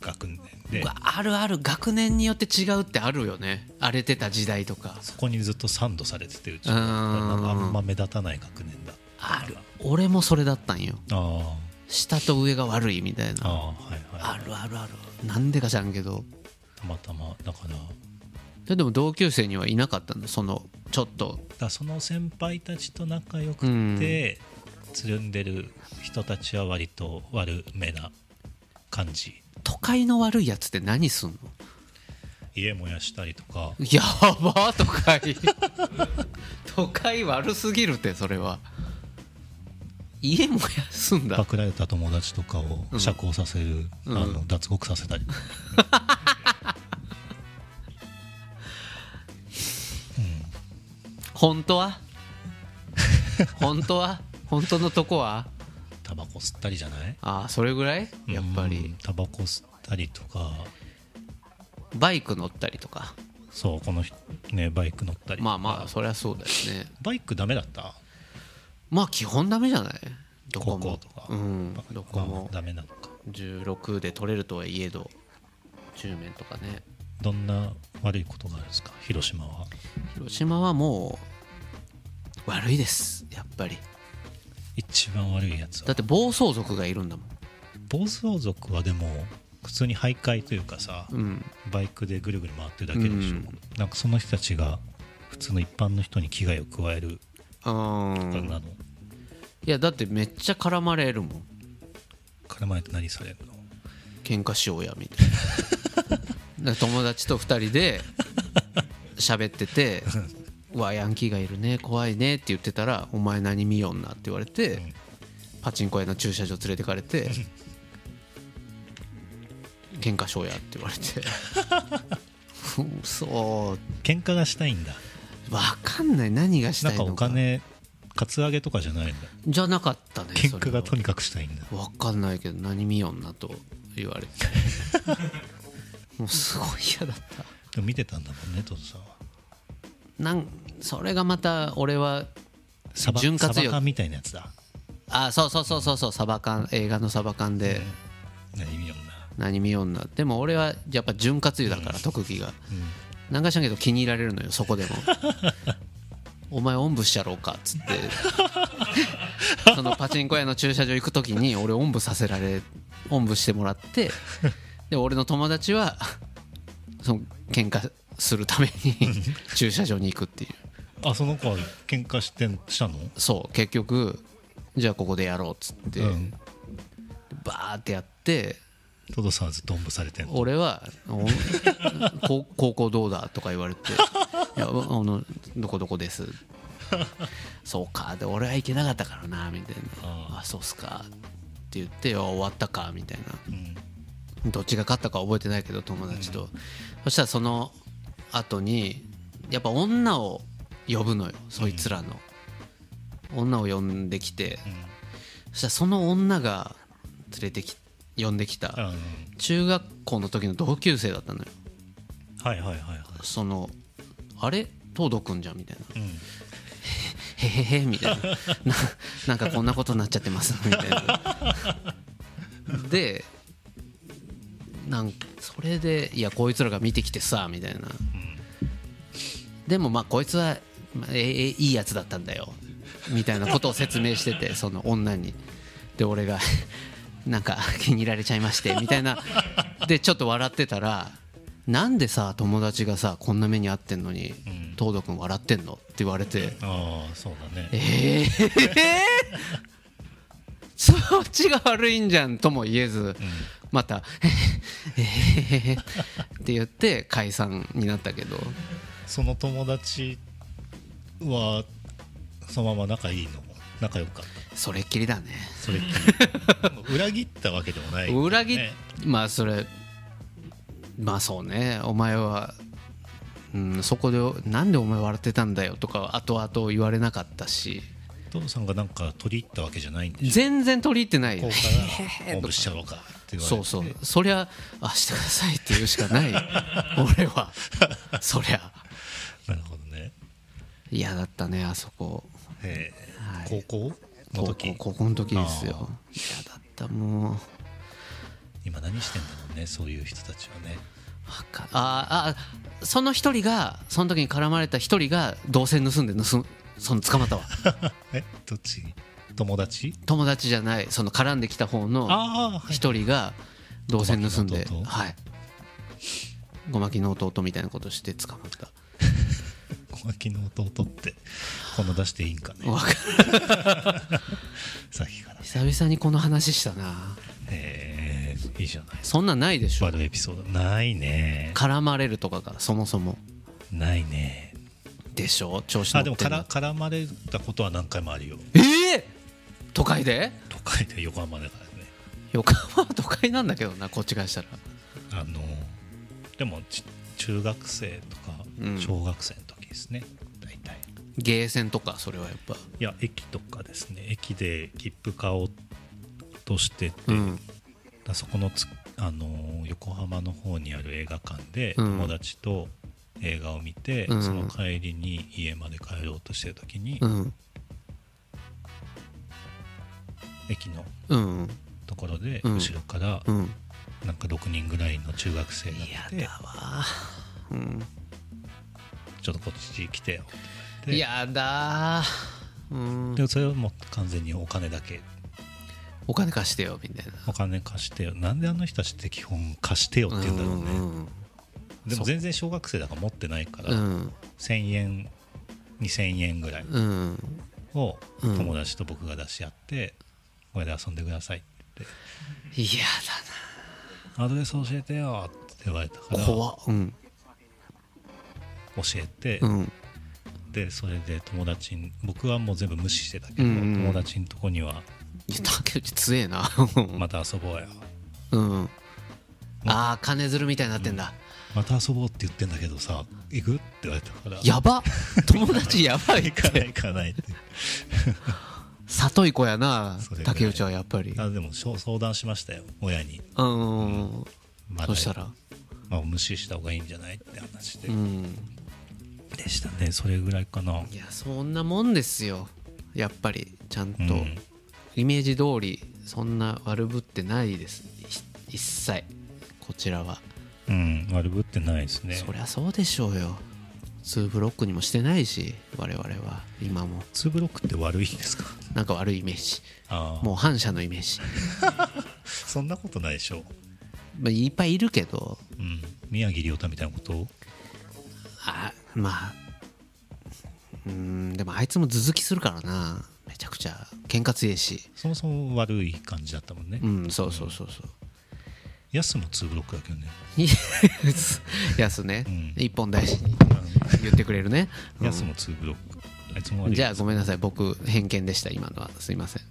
学年でうわあるある学年によって違うってあるよね荒れてた時代とかそこにずっとサンドされててうちうはんなんかあんま目立たない学年だある俺もそれだったんよあ下と上が悪いみたいああなあはいはいあるあるあるなんでか知らんけどたまたまだからだかででも同級生にはいなかったのそのちょっとらその先輩たちと仲良くうんてつるんでる人たちは割と悪めな感じ都会の悪いやつって何すんの家燃やしたりとかやば都会 都会悪すぎるってそれは家も休んだパクられた友達とかを釈放させる、うんあの脱獄させたり、本当は本当は本当のとこはタバコ吸ったりじゃないああそれぐらいやっぱうんりタバコ吸ったりとかバイク乗ったりとかそうこの人ねバイク乗ったりまあまあそりゃそうだよねバイクダメだったまあ基本ダメじゃないどこ高校もとか、うんバイクどこまもあダメなのか16で取れるとはいえど10面とかねどんな悪いことがあるんですか広島は広島はもう悪いですやっぱり一番悪いやつだはって暴走族がいるんだもん暴走族はでも普通に徘徊というかさ、うんバイクでぐるぐる回ってるだけでしょ、うんなんかその人たちが普通の一般の人に危害を加えるああれーなの、いやだってめっちゃ絡まれるもん絡まれて何されるの喧嘩しようやみたい なだから友達と2人で喋っててうわヤンキーがいるね怖いねって言ってたら「お前何見よんな」って言われて、んパチンコ屋の駐車場連れてかれて「喧嘩しようや」って言われて「そ喧嘩がしたいんだうわかんない何がしなんたいかのかお金カツアゲとかじゃないんだじゃなかったね喧それ嘩がはとにかくしたいんだわかんないけど何見よんなと 言われてもうすごい嫌だったでも見てたんだもんねトドさんはなんそれがまた俺はサバ潤滑サ油バ缶みたいなやつだあそうそうそうそうそうサバ缶映画のサバ缶で何見よんな何見よんなでも俺はやっぱ潤滑油だから特技が何かしらんけど気に入られるのよそこでもお前おんぶしちゃろうかっつって そのパチンコ屋の駐車場行く時に俺おんぶさせられおんぶしてもらってで俺の友達はその喧嘩するために駐車場に行くっていうあその子は喧嘩してんしたのそう結局じゃあここでやろうっつって、うんバーってやってトドさんはずっとおんぶされてんの俺はお「 こ高校どうだ?」とか言われて「いやあのどこどこです」「そうか」で俺は行けなかったからなみたいな「あそうっすか」って言って「あ終わったか」みたいんなどっちが勝ったか覚えてないけど友達と、そしたらその後にやっぱ女を呼ぶのよそいつらの、女を呼んできて、そしたらその女が連れてき呼んできた、うん中学校の時の同級生だったのよはいはいはいはいそのあれ東堂くんじゃんみたいなうん「へへへ」みたい なななんかこんなことになっちゃってますみたいなでなんそれで「いやこいつらが見てきてさ」みたいなでもまあこいつは、まあえええいいやつだったんだよみたいなことを説明して てその女にで俺が なんか気に入られちゃいましてみたいなでちょっと笑ってたらなんでさ友達がさこんな目に遭ってんのに東堂君笑ってんのって言われてああそうだねえー、 そっちが悪いんじゃんとも言えず、また「えー、 って言って解散になったけどその友達はそのまま仲いいの仲良かったそれっきりだねそれっき り裏切ったわけでもない、裏切っ、ねまあそれまあそうねお前は、うん、そこで「なんでお前笑ってたんだよ」とか後々言われなかったし父さんがなんか取り入ったわけじゃないんでし全然取り入って ないょよこうからおんぶしちゃろうかって言われてそうそうそりゃあしてくださいって言うしか ない俺はそりゃなるほどね、嫌だったねあそこえーはい高校の高時校高校の時ですよ嫌だったもう今何してんだろうねそういう人たちはねわかあーあその一人がその時に絡まれた一人が銅線盗んで盗んその捕まったわ えどっち友達友達じゃないその絡んできた方のああ、はい一人が銅線盗んで小牧の弟はいごまきの弟みたいなことして捕まった小牧の弟ってこの出していいんかねわかる さっきから久々にこの話したなえー、いいじゃないそんなんないでしょ悪いエピソードないね絡まれるとかがそもそもないねでしょ調子乗あっでてんものから絡まれたことは何回もあるよええ都会で都会で横浜だからね横浜は都会なんだけどなこっちからしたらあのでもち中学生とかうん小学生の時ですね、大体ゲーセンとかそれはやっぱいや駅とかですね駅で切符買おうとしてて、うんあそこのつ、あのー横浜の方にある映画館でうん友達と映画を見て、うんその帰りに家まで帰ろうとしてる時に、うん駅のうんところでうん後ろからうんなんか6人ぐらいの中学生が来て、わうんちょっとこっち来てよって言われてやだーうんでそれはもう完全にお金だけお金貸してよみたいなお金貸してよなんであの人たちって基本貸してよって言うんだろうね、うんでも全然小学生だから持ってないから、うん1000円2000円ぐらいうんをうん友達と僕が出し合って、これで遊んでくださいって言って嫌アドレス教えてよって言われたからだな教怖っうんえて、うんでそれで友達に僕はもう全部無視してたけど、うんうん友達のとこにはいや竹内強えな また遊ぼうようんああ金づるみたいになってんだ、また遊ぼうって言ってんだけどさ行くって言われたからやば友達やばいっ行かないて行かないって里い子やなそれぐらい竹内はやっぱりあでもしょ相談しましたよ親に、うんまだそしたらまあ、無視した方がいいんじゃないって話で,、うんでしたねそれぐらいかないやそんなもんですよやっぱりちゃんと、うんイメージ通りそんな悪ぶってないですい一切こちらは、うん悪ぶってないですねそりゃそうでしょうよ2ブロックにもしてないし我々は今もツーブロックって悪いんですかなんか悪いイメージああもう反射のイメージ、そんなことないでしょ、まあ、いっぱいいるけどうん、宮城亮太みたいなことあまあうーんでもあいつも続きするからなめちゃくちゃ喧嘩強いしそもそも悪い感じだったもんね、うんそうそうそうそうヤスもツーブロックだけどね いやすね、うん一本大事に言ってくれるね、うんヤスもツーブロックあいつも悪いじゃあごめんなさい僕偏見でした今のはすいません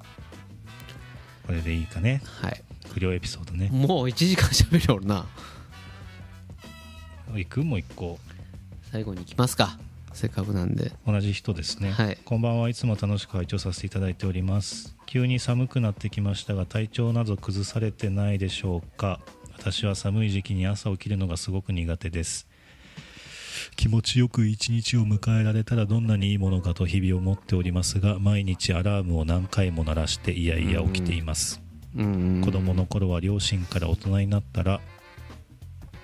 これでいいかねはい不良エピソードねもう1時間喋るおるな行くもう一個最後に行きますかせっかくなんで同じ人ですね、はいこんばんはいつも楽しく拝聴させていただいております急に寒くなってきましたが体調など崩されてないでしょうか私は寒い時期に朝起きるのがすごく苦手です気持ちよく一日を迎えられたらどんなにいいものかと日々思っておりますが毎日アラームを何回も鳴らしていやいや起きています、うん子供の頃は両親から大人になったら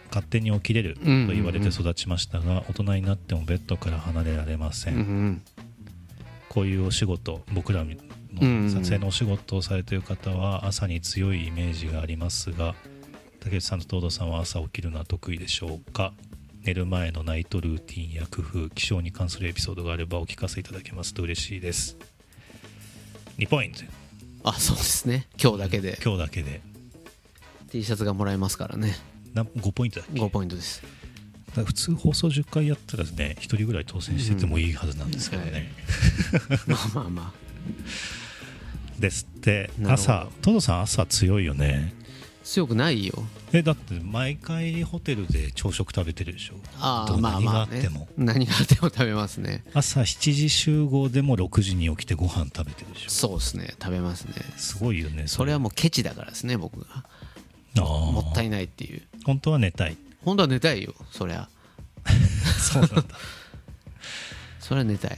勝手に起きれると言われて育ちましたが大人になってもベッドから離れられませ、うんんこういうお仕事僕らのうん撮影のお仕事をされている方は朝に強いイメージがありますが竹内さんと東堂さんは朝起きるのは得意でしょうか寝る前のナイトルーティンや工夫気象に関するエピソードがあればお聞かせいただけますと嬉しいです2ポイントあそうですね今日だけで今日だけで T シャツがもらえますからねな5ポイントだっけ5ポイン トですだから普通放送10回やったらね1人ぐらい当選しててもいいはずなんですけどね、まあまあまあですってなるほど朝トドさん朝強いよね強くないよえだって毎回ホテルで朝食食べてるでしょああどうまあま何がああってねも、何があっても食べますね朝7時集合でも6時に起きてご飯食べてるでしょそうですね食べますねすごいよねそれはもうケチだからですね僕があーもったいないっていう本当は寝たい本当は寝たいよそりゃそうなんだ それは寝たい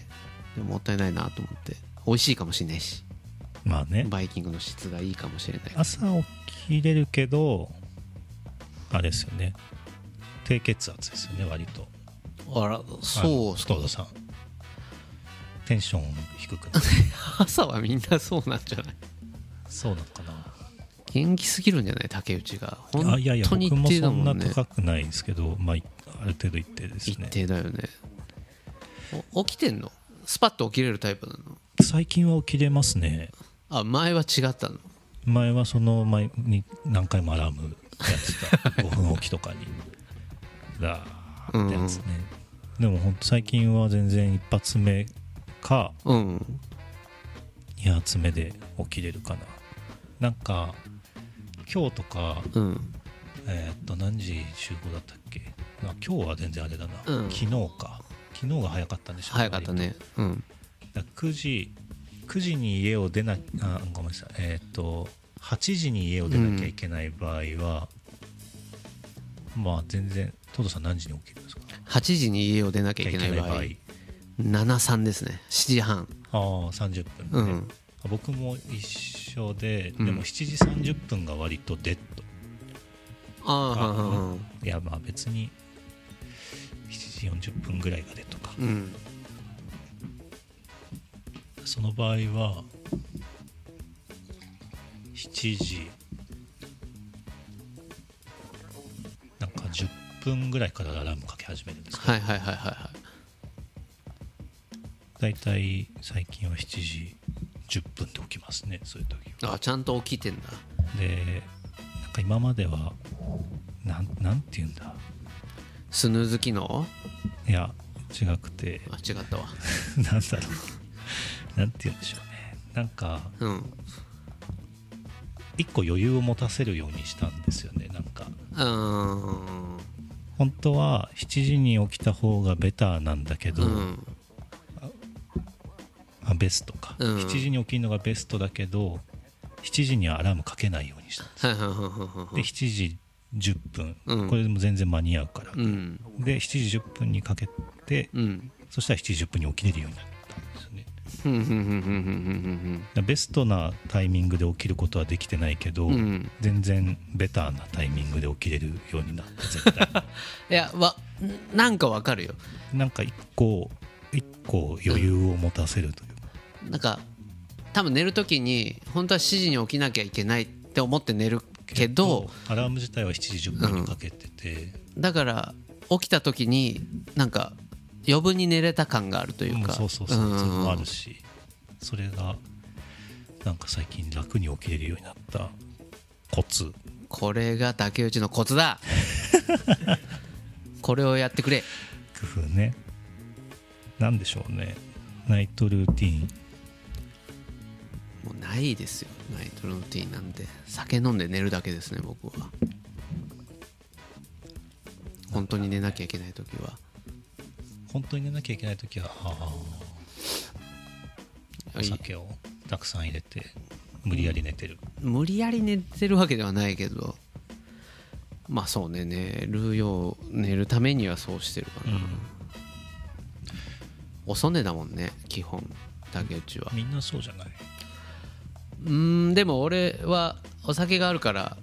でももったいないなと思って美味しいかもしれないしまあねバイキングの質がいいかもしれない朝起きれるけどあれですよね低血圧ですよね割とあらそうっすかトドさんテンション低く ない 朝はみんなそうなんじゃないそうなのかな元気すぎるんじゃない竹内が本あいやいや当に僕一も定そだんもなんね高くないんですけど、まあ、いある程度一定です一ね定だよねお起きてんのスパッと起きれるタイプなの最近は起きれますねあ前は違ったの前はその前に何回もアラームやってた 5分起きとかにだーってやつね、でも本当最近は全然一発目かうん二発目で起きれるかななんか今日とかうんえーっと何時集合だったっけあ今日は全然あれだな、うん昨日か昨日が早かったんでしょ早かったねうんだから9時9時に家を出なあごめんなさいえーっと8時に家を出なきゃいけない場合は、まあ全然トドさん何時に起きるんですか8時に家を出なきゃいけない場合いけ73ですね7時半ない場合ああ30分、うねんあ僕も一緒で、うんでも7時30分が割とデッドああはんはんはんいやまあ別に7時40分ぐらいがデッドか、うんその場合は7時なんか10分ぐらいからアラームかけ始めるんですけどはいはいはいはいはい大体最近は7時10分で起きますねそういう時はあちゃんと起きてんだでなんか今まではなんなんて言うんだスヌーズ機能いや違くて あ違ったわなんだろうなんて言うんでしょうねなんかうん一個余裕を持たせるようにしたんですよねなんかうん本当は7時に起きた方がベターなんだけど、うんあベストか、うん7時に起きるのがベストだけど7時にはアラームかけないようにしたではいはいはいはいはい7時10分、うんこれでも全然間に合うから、うんで7時10分にかけてうんそしたら7時10分に起きれるようになったんですよねだかふんふんふんふんふんふんふんらベストなタイミングで起きることはできてないけど、ふんうん全然ベターなタイミングで起きれるようにな った絶対いやわなんかわかるよなんか一個一個余裕を持たせるというか、なんか多分寝るときに本当は7時に起きなきゃいけないって思って寝るけどアラーム自体は7時10分にかけてて、だから起きたときになんか余分に寝れた感があるというか、んそうそうそう、んそれもあるしそれがなんか最近楽に起きれるようになったコツこれが竹内のコツだこれをやってくれ工夫ねなんでしょうねナイトルーティンもうないですよナイトルーティンなんて酒飲んで寝るだけですね僕は本当に寝なきゃいけない時は本当に寝なきゃいけない時はあーお酒をたくさん入れて無理やり寝てる、無理やり寝てるわけではないけどまあそうね寝るよう寝るためにはそうしてるかな、遅寝だもんね基本竹内はみんなそうじゃないうーんでも俺はお酒があるから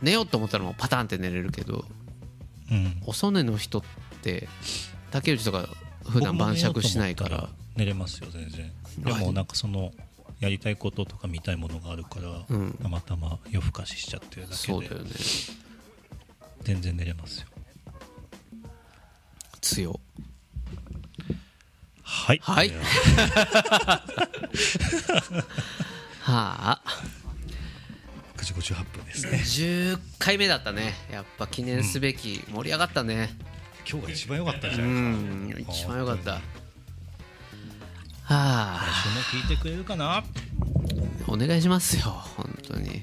寝ようと思ったらもうパタンって寝れるけどうん遅寝の人って竹内とか普段晩酌しないから寝れますよ全然でもなんかそのやりたいこととか見たいものがあるから、うんたまたま夜更かししちゃってるだけそうでだよね全然寝れますよ強はいはいえーはあ9時58分ですね10回目だったねやっぱ記念すべき盛り上がったね今日が一番良かったんじうゃないですかん一番良かったは本あその聞いてくれるかなお願いしますよ本当に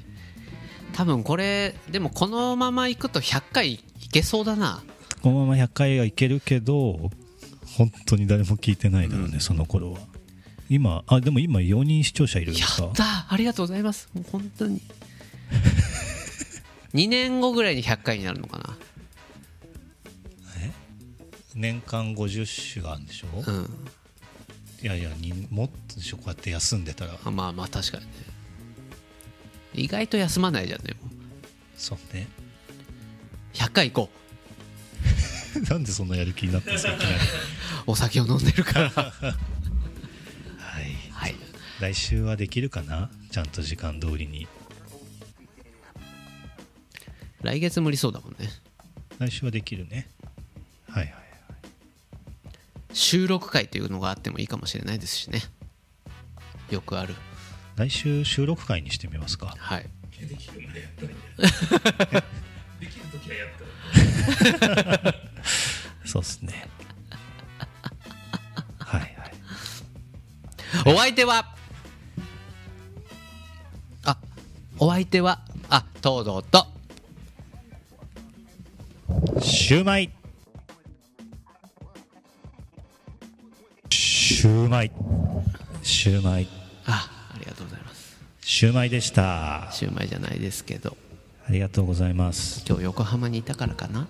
多分これでもこのまま行くと100回いけそうだなこのまま100回はいけるけど本当に誰も聞いてないだろうね、その頃は今あでも今4人視聴者いるんでやすかったありがとうございますもう本当 に2年後ぐらいに100回になるのかな年間50週があるんでしょ、ういんやいやにもっとでしょこうやって休んでたらあまあまあ確かにね意外と休まないじゃんねそうね100回行こ なんでそんなやる気になったんですかいきなり うお酒を飲んでるからはいはい来週はできるかなちゃんと時間通りに来月無理そうだもんね来週はできるねはいはい収録会というのがあってもいいかもしれないですしねよくある来週収録会にしてみますかはいできるんだやったらいいできるときはやったらそうっすねはいはいお相手はあお相手はあ東堂とシューマイシューマイシューマイあありがとうございますシューマイでしたシュウマイじゃないですけどありがとうございます今日横浜にいたからかな